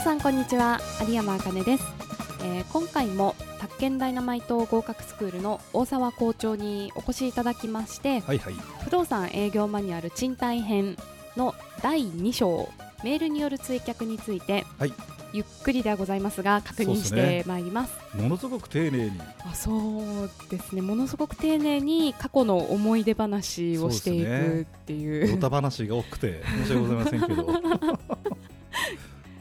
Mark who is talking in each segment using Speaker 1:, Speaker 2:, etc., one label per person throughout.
Speaker 1: さんこんにちは有山あかねです、えー今回も宅建ダイナマイト合格スクールの大沢校長にお越しいただきまして
Speaker 2: はいはい。
Speaker 1: 不動産営業マニュアル賃貸編の第2章メールによる追客について、
Speaker 2: はい
Speaker 1: ゆっくりではございますが確認し
Speaker 2: そうで
Speaker 1: てまいります
Speaker 2: ものすごく丁寧に。
Speaker 1: あそうですねものすごく丁寧に過去の思い出話をしてい
Speaker 2: そうです
Speaker 1: く
Speaker 2: ね
Speaker 1: っていう
Speaker 2: ドタ話が多 くて、申し訳ございませんけど。
Speaker 1: ま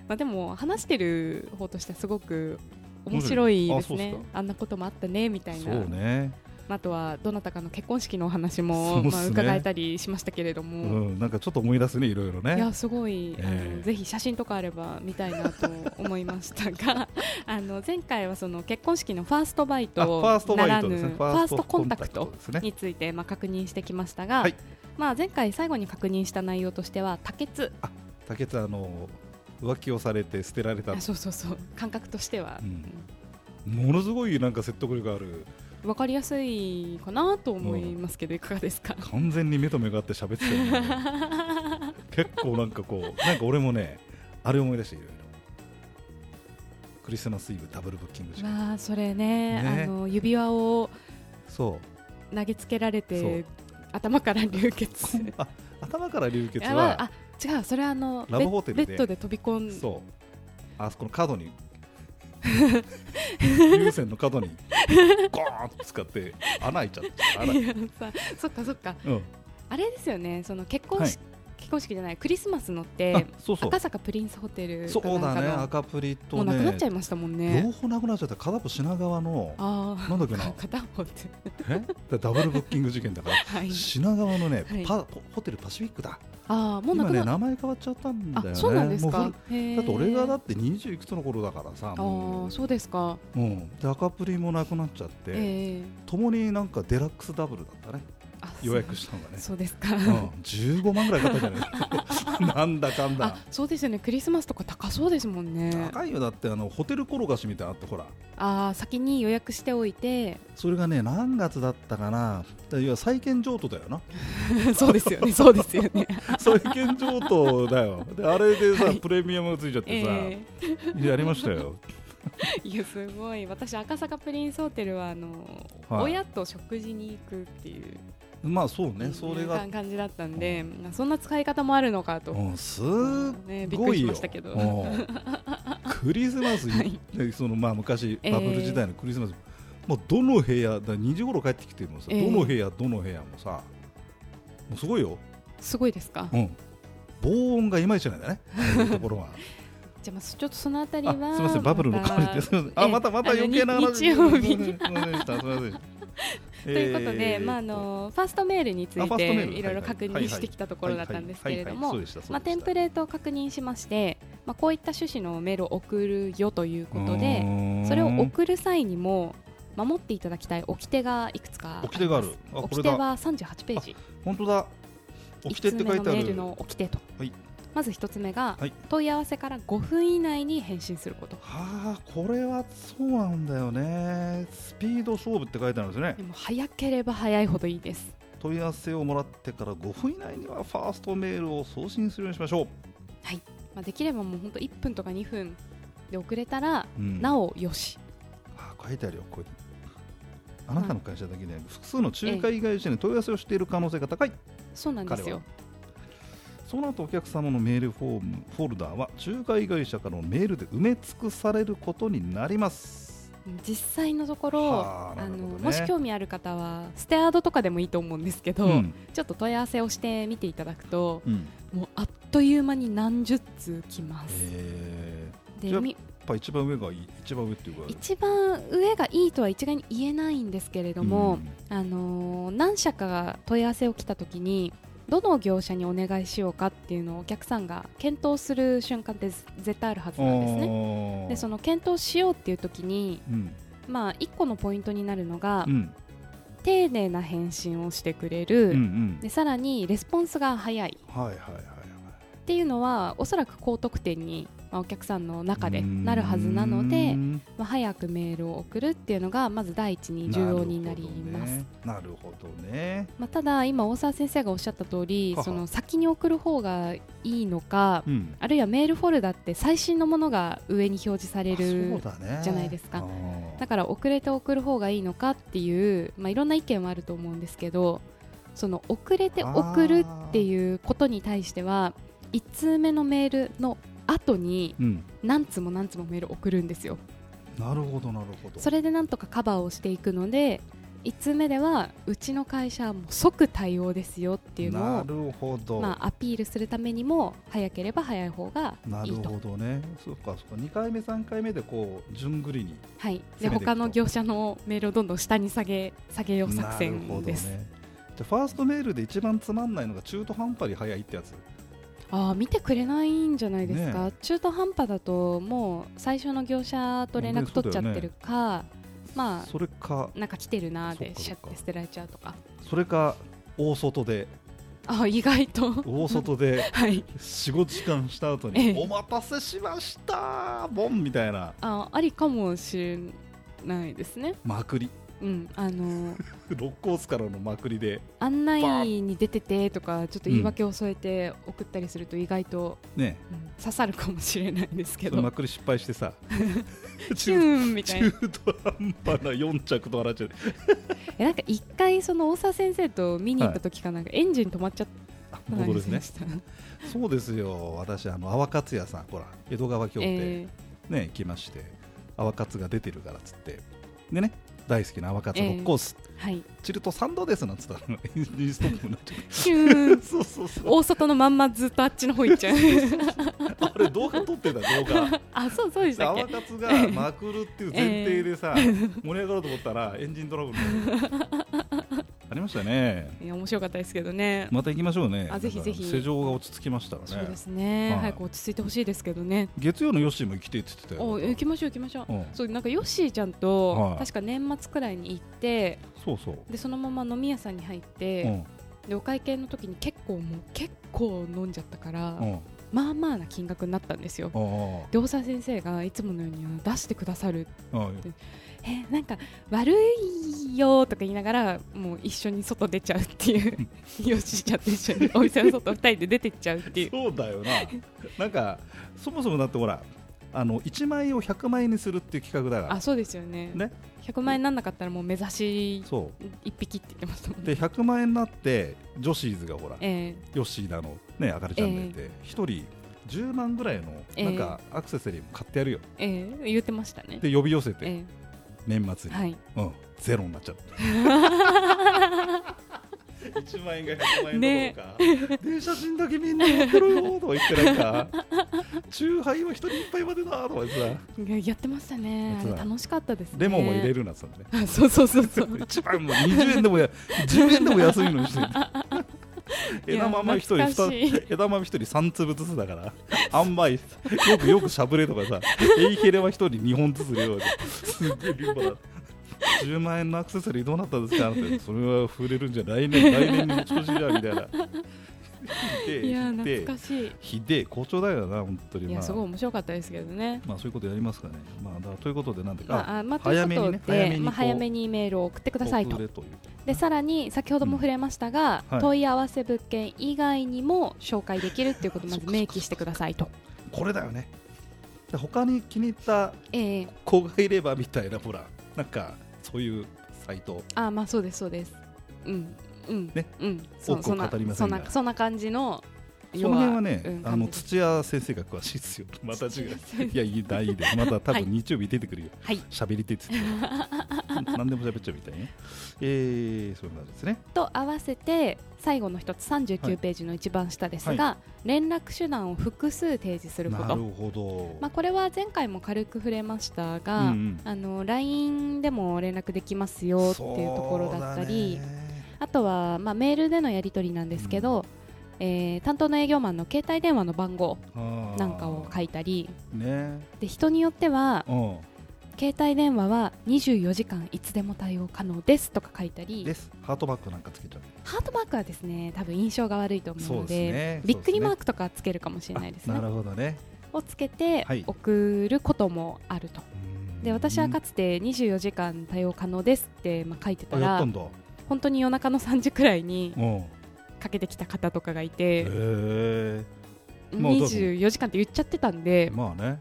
Speaker 1: あでも話してる方としてはすごく面白いです
Speaker 2: 面白いあ
Speaker 1: ね
Speaker 2: そうっす
Speaker 1: あんなこともあったねみたい
Speaker 2: そ
Speaker 1: な、
Speaker 2: うね。
Speaker 1: まああとはどなたかの結婚式のお話も、
Speaker 2: そうっすね
Speaker 1: まあ、伺えたりしましたけれど
Speaker 2: う
Speaker 1: も、
Speaker 2: ん、なんかちょっと思い出すね、いろいろ
Speaker 1: い
Speaker 2: ね
Speaker 1: や。すごい、あ
Speaker 2: え
Speaker 1: の
Speaker 2: え
Speaker 1: ぜひ写真とかあれば見たいなと思いましたが あの前回はその結婚式のファーストバイ
Speaker 2: あ、フ
Speaker 1: ト
Speaker 2: ァースト
Speaker 1: な
Speaker 2: バイ
Speaker 1: ら
Speaker 2: ト
Speaker 1: ぬ
Speaker 2: ですね。
Speaker 1: ファーストコンタクト
Speaker 2: ですね。
Speaker 1: についてまあ確認してきましたが、
Speaker 2: はい
Speaker 1: まあ、前回最後に確認した内容としては多血
Speaker 2: 竹内さん、あの、浮気をされて捨てられた
Speaker 1: あ。そうそうそう感覚としては、
Speaker 2: うんものすごいなんか説得力ある
Speaker 1: わかりやすいかなと思いますけど、いかがですか
Speaker 2: 完全に目と目が合って喋ってたよね 結構なんかこうなんか俺もねあれ思い出していろいろクリスマスイブダブルブッキング時間
Speaker 1: まあそれね
Speaker 2: ね
Speaker 1: あの指輪を
Speaker 2: そう
Speaker 1: 投げつけられ
Speaker 2: そ
Speaker 1: て
Speaker 2: う
Speaker 1: 頭から流血
Speaker 2: あ頭から流血
Speaker 1: いやま
Speaker 2: は
Speaker 1: ああ違うそれはあの
Speaker 2: ラブホテル
Speaker 1: ベ
Speaker 2: で
Speaker 1: ッベッドで飛び込 ん
Speaker 2: そうあそこの 角に流線の角にゴーンと使って穴開いちゃった穴
Speaker 1: いやさそっかそっか
Speaker 2: うん
Speaker 1: あれですよねその結婚
Speaker 2: はい
Speaker 1: 式、結婚式じゃないクリスマスのって
Speaker 2: あそうそう
Speaker 1: 赤坂プリンスホテル
Speaker 2: そ
Speaker 1: かなん
Speaker 2: う
Speaker 1: か
Speaker 2: だ
Speaker 1: の
Speaker 2: ね赤プリ
Speaker 1: も
Speaker 2: と
Speaker 1: うなくなっ
Speaker 2: ね
Speaker 1: ちゃいましたもん
Speaker 2: 両
Speaker 1: ね
Speaker 2: 方なくなっちゃった片方品川の
Speaker 1: ああ
Speaker 2: なんだっけな
Speaker 1: 片方って
Speaker 2: えだダブルブッキング事件だから
Speaker 1: はい
Speaker 2: 品川のね、
Speaker 1: はい
Speaker 2: パポホテルパシフィックだ
Speaker 1: ああもうな
Speaker 2: 今
Speaker 1: く
Speaker 2: ね
Speaker 1: なっ
Speaker 2: 名前変わっちゃったんだよね
Speaker 1: あそうなんです
Speaker 2: も
Speaker 1: か
Speaker 2: う
Speaker 1: へえ
Speaker 2: 古だって俺がだって20いくつの頃だからさ
Speaker 1: あ
Speaker 2: も
Speaker 1: あそうですか
Speaker 2: う、うん、で赤プリもなくなっちゃって、
Speaker 1: ええ
Speaker 2: 共になんかデラックスダブルだったね
Speaker 1: あ
Speaker 2: 予約したのがね
Speaker 1: そうそうですか、
Speaker 2: うん、15万ぐらいかかったじ ゃないなんだかんだ
Speaker 1: あそうですよねクリスマスとか高そうですもんね
Speaker 2: 高いよだってあのホテル転がしみたいなのあってほら
Speaker 1: あー先に予約しておい て
Speaker 2: それがね何月だったかなだ要は債権譲渡だ よな
Speaker 1: そうですよねそうですよ ね
Speaker 2: 債権譲渡だよであれでさ、
Speaker 1: はい
Speaker 2: プレミアムがついちゃってさ、
Speaker 1: え
Speaker 2: やりましたよ
Speaker 1: えいやすごい私赤坂プリンスホテルはあの、
Speaker 2: はい
Speaker 1: 親と食事に行くっていう、
Speaker 2: まあそうねそれが
Speaker 1: 感、感じだったんで、まあそんな使い方もあるのかと、
Speaker 2: うん、すっ
Speaker 1: ねびっく
Speaker 2: ご
Speaker 1: りし
Speaker 2: いよ
Speaker 1: ましたけど
Speaker 2: うんクリスマス、
Speaker 1: はい
Speaker 2: でそのまあ昔
Speaker 1: えー
Speaker 2: バブル時代のクリスマス、もうどの部屋だ2時頃帰ってきてもさ、
Speaker 1: えー
Speaker 2: どの部屋どの部屋もさもうすごいよ、
Speaker 1: すごいですか
Speaker 2: うん、防音がいまいちなんだねそういうところは
Speaker 1: じゃあまあちょっとそのあたり
Speaker 2: あ
Speaker 1: は
Speaker 2: すみませんバブルの代わりですすみませ
Speaker 1: え
Speaker 2: んあ
Speaker 1: え
Speaker 2: またまた
Speaker 1: あの
Speaker 2: 余計な話
Speaker 1: 日日曜日
Speaker 2: すみませんすみませんでしたすみません
Speaker 1: ということで、
Speaker 2: えー
Speaker 1: まあ、あのファーストメールにつ
Speaker 2: あ
Speaker 1: い
Speaker 2: ファーストメ
Speaker 1: て
Speaker 2: ール
Speaker 1: いろいろ
Speaker 2: はいはい
Speaker 1: 確認してきたところだったんですけれども
Speaker 2: はいはいはいはいそうでしたそうでした
Speaker 1: まあ、テンプレートを確認しまして、まあ、こういった趣旨のメールを送るよということ
Speaker 2: う
Speaker 1: で
Speaker 2: ーん
Speaker 1: それを送る際にも守っていただきたい掟がいくつか
Speaker 2: 掟がある
Speaker 1: ります
Speaker 2: あこ
Speaker 1: 掟
Speaker 2: れだ
Speaker 1: は38ページ
Speaker 2: 本当だ掟って書いてあ
Speaker 1: 五つ目のメール
Speaker 2: る
Speaker 1: の掟と、
Speaker 2: はい
Speaker 1: まず一つ目が、
Speaker 2: はい
Speaker 1: 問い合わせから5分以内に返信すること
Speaker 2: はあこれはそうなんだよねスピード勝負って書いてあるんですね
Speaker 1: でも早ければ早いほどいいです
Speaker 2: 問い合わせをもらってから5分以内にはファーストメールを送信するようにしましょ
Speaker 1: まあ、できればもう本当1分とか2分で遅れたら
Speaker 2: う、うん
Speaker 1: なおよし、
Speaker 2: あ書いてあるよこれあなたの会社だけでなく複数の仲介会社に問い合わせをしている可能性が高い
Speaker 1: そうなんです
Speaker 2: 彼は
Speaker 1: よ
Speaker 2: その後お客様のメールフォームフォルダーは仲介会社からのメールで埋め尽くされることになります
Speaker 1: 実際のところ、
Speaker 2: はあな
Speaker 1: あ
Speaker 2: る
Speaker 1: の
Speaker 2: ほどね
Speaker 1: もし興味ある方はステアードとかでもいいと思うんですけど、
Speaker 2: うん
Speaker 1: ちょっと問い合わせをしてみていただくと
Speaker 2: うん
Speaker 1: もうあっという間に何十通来ます、
Speaker 2: えー
Speaker 1: で
Speaker 2: じゃあ
Speaker 1: み
Speaker 2: やっぱ一番上がいい一番上っていうか
Speaker 1: 一番上がいいとは一概に言えないんですけれども、
Speaker 2: うん
Speaker 1: あのー何社かが問い合わせを来た時にどの業者にお願いしようかっていうのをお客さんが検討する瞬間って絶対あるはずなんですね。
Speaker 2: ね
Speaker 1: でその検討しようっていう時に、
Speaker 2: うん
Speaker 1: まあ、1個のポイントになるのが、
Speaker 2: うん
Speaker 1: 丁寧な返信をしてくれる、
Speaker 2: うんうん
Speaker 1: でさらにレスポンスが早い
Speaker 2: はいはいはいはい
Speaker 1: っていうのはおそらく高得点にまあ、お客さんの中でなるはずなので、
Speaker 2: うん
Speaker 1: まあ、早くメールを送るっていうのがまず第一に重要になります。
Speaker 2: なるほどね
Speaker 1: まあ、ただ今大沢先生がおっしゃった通り
Speaker 2: はは
Speaker 1: その先に送る方がいいのか
Speaker 2: なるほどね
Speaker 1: あるいはメールフォルダって最新のものが上に表示さ
Speaker 2: う
Speaker 1: れ
Speaker 2: ん
Speaker 1: る
Speaker 2: あそうだね
Speaker 1: じゃないですか
Speaker 2: あー
Speaker 1: だから遅れて送る方がいいのかっていう、まあ、いろんな意見はあると思うんですけどその遅れて送るっていうことに対しては1通目のメールの後に
Speaker 2: うん
Speaker 1: 何通も何通もメール送るんですよ
Speaker 2: なるほどなるほど
Speaker 1: それでなんとかカバーをしていくので1通目ではうちの会社はもう即対応ですよっていうの
Speaker 2: な
Speaker 1: を
Speaker 2: るほど、
Speaker 1: まあ、アピールするためにも早ければ早い方が
Speaker 2: ないる
Speaker 1: いと
Speaker 2: ほ。どねそうかそうか2回目3回目でこう順繰りに
Speaker 1: はい、で
Speaker 2: 攻めていくと
Speaker 1: 他の業者のメールをどんどん下に下げ下げよう作戦です。
Speaker 2: なるほどねじゃあファーストメールで一番つまんないのが中途半端に早いってやつ
Speaker 1: ああ見てくれないんじゃないですか、
Speaker 2: ね
Speaker 1: 中途半端だともう最初の業者と連絡取っちゃってるか、ま
Speaker 2: それか
Speaker 1: あなんか来てるなー
Speaker 2: そっ
Speaker 1: で
Speaker 2: か
Speaker 1: シ
Speaker 2: そ
Speaker 1: ャ
Speaker 2: っ
Speaker 1: ッ
Speaker 2: か
Speaker 1: て捨てられちゃうとか
Speaker 2: それか大外で
Speaker 1: ああ意外と
Speaker 2: 大外で
Speaker 1: はい
Speaker 2: 45時間した後
Speaker 1: え
Speaker 2: に「
Speaker 1: え
Speaker 2: お待たせしましたボン!」みたいな
Speaker 1: あありかもしれないですね。
Speaker 2: まくり
Speaker 1: うん、あ のー
Speaker 2: 六甲巣からのまくりで
Speaker 1: 案内に出ててとかちょっと言い訳を添えて送ったりすると意外と
Speaker 2: ね
Speaker 1: うん刺さるかもしれないですけ
Speaker 2: そのま
Speaker 1: ど、
Speaker 2: くり失敗して さ
Speaker 1: チュ
Speaker 2: 中
Speaker 1: ーンみたいな
Speaker 2: 中、途半端な4着と笑っちゃう
Speaker 1: えなんか一回、その大沢先生と見に行った時かなんか、エンジン止まっちゃっ
Speaker 2: あ
Speaker 1: た
Speaker 2: 本当ですね
Speaker 1: した。
Speaker 2: そうですよ私あの泡活屋さんほら江戸川京って、
Speaker 1: え
Speaker 2: ね、行きまして泡活が出てるからっつってでね大好きな泡活
Speaker 1: ええ
Speaker 2: 6コース、
Speaker 1: ーはい、
Speaker 2: チルト3度ですなんつったらエンジンストップになっちゃ
Speaker 1: シュー
Speaker 2: う
Speaker 1: ン、
Speaker 2: そうそうそう
Speaker 1: 大外のまんまずっとあっちの方行っちゃ う。
Speaker 2: あれ動画撮ってた動画
Speaker 1: あ、そう、そうでしたっ
Speaker 2: 泡
Speaker 1: け。
Speaker 2: 活 がまくるっていう前提でさ、盛り上がろうと思ったらエンジントラブルになるありましたね
Speaker 1: いや、面白かったですけどね。
Speaker 2: また行きましょうね
Speaker 1: あぜひぜひ
Speaker 2: なんか世情が落ち着きましたら
Speaker 1: そう
Speaker 2: ね
Speaker 1: ですね、
Speaker 2: はい
Speaker 1: 早く落ち着いてほしいですけどね。
Speaker 2: 月曜のヨッシーも来てって言ってたよ
Speaker 1: お、行きましょう、行きましょう。
Speaker 2: うん
Speaker 1: そう、なんかヨッシーちゃん
Speaker 2: は
Speaker 1: と
Speaker 2: い、
Speaker 1: 確か年末くらいに行って、
Speaker 2: そうそう、
Speaker 1: で、そのまま飲み屋さんに入っ
Speaker 2: う
Speaker 1: て、
Speaker 2: ん
Speaker 1: で、お会計の時に結構もう、結構飲んじゃったから
Speaker 2: う。ん
Speaker 1: まあまあな金額になったんですよ。
Speaker 2: あ
Speaker 1: で大沢先生がいつものようにあの出してくださる
Speaker 2: あうん
Speaker 1: 「えなんか悪いよ」とか言いながらもう一緒に外出ちゃうっていう よしちゃって一緒にお店の外二人で出てっちゃうっていう
Speaker 2: そうだよ ななんかそもそもだってほらあの1万円を100万円にするっていう企画だから
Speaker 1: あそうですよね
Speaker 2: ね
Speaker 1: 100万円になんなかったらもう目指し
Speaker 2: そ
Speaker 1: 一匹って言ってましたもん
Speaker 2: う
Speaker 1: ね
Speaker 2: で100万円になってジョシーズがほら
Speaker 1: え
Speaker 2: ヨッシーだのねあかりちゃんがいて一人10万ぐらい
Speaker 1: え
Speaker 2: の
Speaker 1: え
Speaker 2: なんかアクセサリーも買ってやるよ
Speaker 1: えええ言ってましたね
Speaker 2: で呼び寄せて
Speaker 1: ええ
Speaker 2: 年末に、
Speaker 1: はい
Speaker 2: うん、ゼロになっちゃった 1万円が100万円どころか、で写真だけみんな持ってろよとか言ってなんか 中杯は一人一杯までだとか言ってさ
Speaker 1: いややってましたね
Speaker 2: やっ
Speaker 1: あ
Speaker 2: て
Speaker 1: れ
Speaker 2: た
Speaker 1: 楽しかったですね
Speaker 2: レモンも入れるなっつったんだね
Speaker 1: あそうそうそうそう
Speaker 2: 一番もう20円でもや10円でも安いのにしてる枝豆一人
Speaker 1: いや懐かしい
Speaker 2: 二枝豆一人3粒ずつだからあんまりよくよくしゃぶれとかさエイヘレは一人2本ずつ量ですっげえ量だ10万円のアクセサリーどうなったんですかってそれは触れるんじゃ来年来年に持ち越しじゃみたいなひでえ
Speaker 1: いや
Speaker 2: ひ
Speaker 1: 懐
Speaker 2: でえ
Speaker 1: かしい
Speaker 2: ひでえ校長だよな本当に
Speaker 1: い
Speaker 2: ま
Speaker 1: や
Speaker 2: あ
Speaker 1: すごい面白かったですけどね
Speaker 2: まあそういうことやりますかねまあだからということでなんで
Speaker 1: まああ、まあ、とい
Speaker 2: 早
Speaker 1: うこ
Speaker 2: めに
Speaker 1: と
Speaker 2: ね
Speaker 1: で、
Speaker 2: 早めにこう
Speaker 1: まあ、早めにメールを送ってください
Speaker 2: 遅
Speaker 1: と
Speaker 2: れという
Speaker 1: でさらに先ほども触れましたが、
Speaker 2: うんはい
Speaker 1: 問い合わせ物件以外にも紹介できるっていうことをま
Speaker 2: そ
Speaker 1: ず
Speaker 2: っかそっか
Speaker 1: 明記してくださいと、
Speaker 2: これだよねで他に気に入った
Speaker 1: ええ
Speaker 2: 子がいればみたいなほらなんかそういうサイト
Speaker 1: あまあそうですそうですうんうん、
Speaker 2: ね
Speaker 1: うん
Speaker 2: 多くは語りませ
Speaker 1: そ
Speaker 2: んが
Speaker 1: んなそんな感じの
Speaker 2: その辺はね、
Speaker 1: 要うん
Speaker 2: あの
Speaker 1: 感じです
Speaker 2: 土屋先生が詳しいですよ また違ういやいい大いいですまた多
Speaker 1: はい
Speaker 2: 分日曜日出てくるよ
Speaker 1: はい
Speaker 2: 喋、りてっつって何でも喋っちゃうみたいねえー、そうなんですね
Speaker 1: と合わせて最後の一つ
Speaker 2: はい
Speaker 1: 39ページの一番下ですが、連絡手段を複数提示すること、
Speaker 2: なるほど、
Speaker 1: まあ、これは前回も軽く触れました
Speaker 2: う
Speaker 1: が、
Speaker 2: んうん
Speaker 1: あの LINE でも連絡できますよっていうところだったり、
Speaker 2: そうだね
Speaker 1: あとは、まあ、メールでのやり取りなんですけど、えー担当の営業マンの携帯電話の番号
Speaker 2: あー
Speaker 1: なんかを書いたり
Speaker 2: ね
Speaker 1: で人によっては
Speaker 2: うん
Speaker 1: 携帯電話は24時間いつでも対応可能ですとか書いたり
Speaker 2: ですハートバッグなんかつけちゃう
Speaker 1: ハートマークはですね多分印象が悪いと思うので
Speaker 2: そうですね
Speaker 1: びっくりマー
Speaker 2: ク
Speaker 1: クとかつけるかもしれないですね
Speaker 2: なるほどね
Speaker 1: をつけて
Speaker 2: はい
Speaker 1: 送ることもあると、で私はか
Speaker 2: つ
Speaker 1: つて24時間対応可能ですって、まあ、書いてた
Speaker 2: やっ
Speaker 1: ら
Speaker 2: たんだ
Speaker 1: 本当に夜中の3時くらいに
Speaker 2: うんへ
Speaker 1: かけてきた方とかがいて
Speaker 2: えまあだから
Speaker 1: 24時間って言っちゃってたんで
Speaker 2: まあね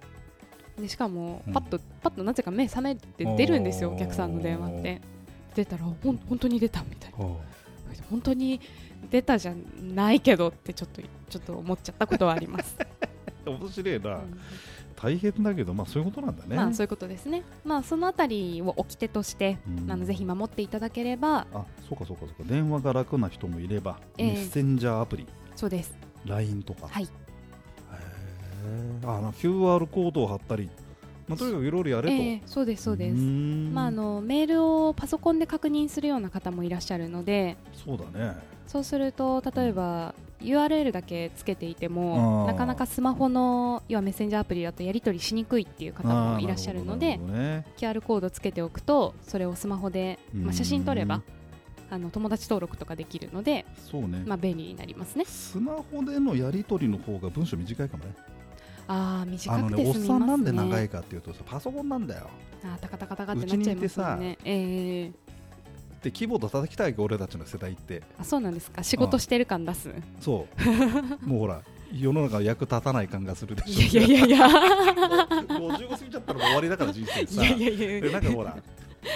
Speaker 1: でしかも
Speaker 2: うん
Speaker 1: パッと、パッとなぜか目覚めて出るんですよ
Speaker 2: おー
Speaker 1: お客さんの電話って出たらほん本当に出たみたいな
Speaker 2: は
Speaker 1: 本当に出たじゃないけどってちょっとちょっと思っちゃったことはあり ます、
Speaker 2: あ面白いな、
Speaker 1: うん
Speaker 2: 大変だけどまあそういうことなんだね、
Speaker 1: まあそういうことですねまあそのあたりを掟として、
Speaker 2: うん
Speaker 1: あのぜひ守っていただければ
Speaker 2: あそうかそうかそうか電話が楽な人もいれば、
Speaker 1: ええ
Speaker 2: メッセンジャーアプリ
Speaker 1: そうです
Speaker 2: LINE とか
Speaker 1: はい
Speaker 2: へえあの QR コードを貼ったり、まあ、とにかくいろいろやれと、
Speaker 1: ええそうですそうです
Speaker 2: ーん
Speaker 1: まあ、あのメールをパソコンで確認するような方もいらっしゃるので
Speaker 2: そうだね
Speaker 1: そうすると例えば URL だけつけていても
Speaker 2: あー
Speaker 1: なかなかスマホの要はメッセンジャーアプリだとやり取りしにくいっていう方
Speaker 2: あ
Speaker 1: も
Speaker 2: ー
Speaker 1: いらっしゃるの
Speaker 2: な
Speaker 1: で
Speaker 2: ほどね
Speaker 1: QR コードつけておくとそれをスマホで、
Speaker 2: う
Speaker 1: ま
Speaker 2: ん
Speaker 1: あ、写真撮ればあの友達登録とかできるので、
Speaker 2: そうね、
Speaker 1: まあ、便利になりますね
Speaker 2: スマホでのやり取りの方が文章短いかもね
Speaker 1: ああ短
Speaker 2: あの
Speaker 1: くて
Speaker 2: ねおっ
Speaker 1: 済み
Speaker 2: さん
Speaker 1: ま
Speaker 2: な
Speaker 1: す
Speaker 2: ん
Speaker 1: ね
Speaker 2: で長いかっていうとさパソコンなんだよ
Speaker 1: あータカタカタカってなっちゃいますよねええ
Speaker 2: でキーボード叩きたいわけ俺たちの世代って
Speaker 1: あそうなんですか仕事してる感出す
Speaker 2: そ うもうほら世の中役立たない感がするで
Speaker 1: いやい
Speaker 2: しょ
Speaker 1: やいやいや
Speaker 2: もう55過ぎちゃったらもう終わりだから人生
Speaker 1: い
Speaker 2: さ
Speaker 1: やいやいや
Speaker 2: でなんかほらこ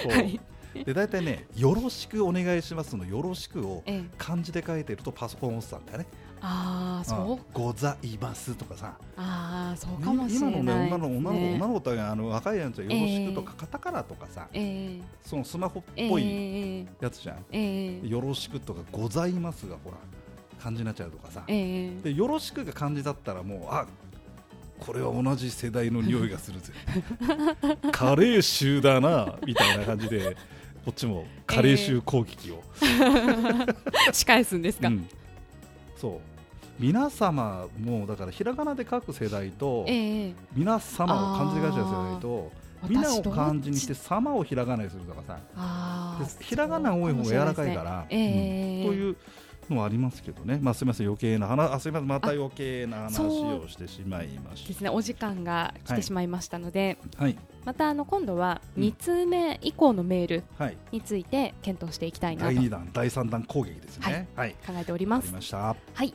Speaker 2: う、
Speaker 1: はい
Speaker 2: で大体ね「よろしくお願いします」の「よろしく」を
Speaker 1: ええ
Speaker 2: 漢字で書いてるとパソコンおっさんだよね
Speaker 1: ああそう
Speaker 2: うんございます」とかさ
Speaker 1: ああそうかもしれない
Speaker 2: 今のね女の子女の子
Speaker 1: ね
Speaker 2: 女の子ってあの若いやつは「よろしく」とか、カタカナとかさ
Speaker 1: えー
Speaker 2: そのスマホっ
Speaker 1: えー
Speaker 2: ぽいやつじゃん
Speaker 1: えーえー
Speaker 2: よろしくとかございますがほら漢字になっちゃうとかさ
Speaker 1: えー
Speaker 2: でよろしくが漢字だったらもうあこれは同じ世代の匂いがする ぜカレー臭だなみたいな感じでこっちもカレー臭攻撃を、
Speaker 1: 仕返すんですか、
Speaker 2: うんそう皆様もうだからひらがなで書く世代と、
Speaker 1: えー
Speaker 2: 皆様を漢字で書いちゃう世代と皆を漢字にして様をひらがなにするとかさ
Speaker 1: あー
Speaker 2: でひらがな多い方が柔らかい
Speaker 1: そうもしれない
Speaker 2: から、
Speaker 1: ですねえー
Speaker 2: というのはありますけどね、まあ、すみません、余計な話、あすみません、また余計な話
Speaker 1: そう
Speaker 2: をしてしまいま
Speaker 1: で
Speaker 2: し
Speaker 1: すねお時間が来てしまいましたので、
Speaker 2: た。はい、
Speaker 1: またあの今度は
Speaker 2: うん
Speaker 1: 2通目以降のメール
Speaker 2: はい、
Speaker 1: について検討していきたいなと
Speaker 2: 第
Speaker 1: 考
Speaker 2: 二弾、第三弾攻撃ですね。はい、
Speaker 1: えておりま
Speaker 2: わかり
Speaker 1: す
Speaker 2: ました。
Speaker 1: はい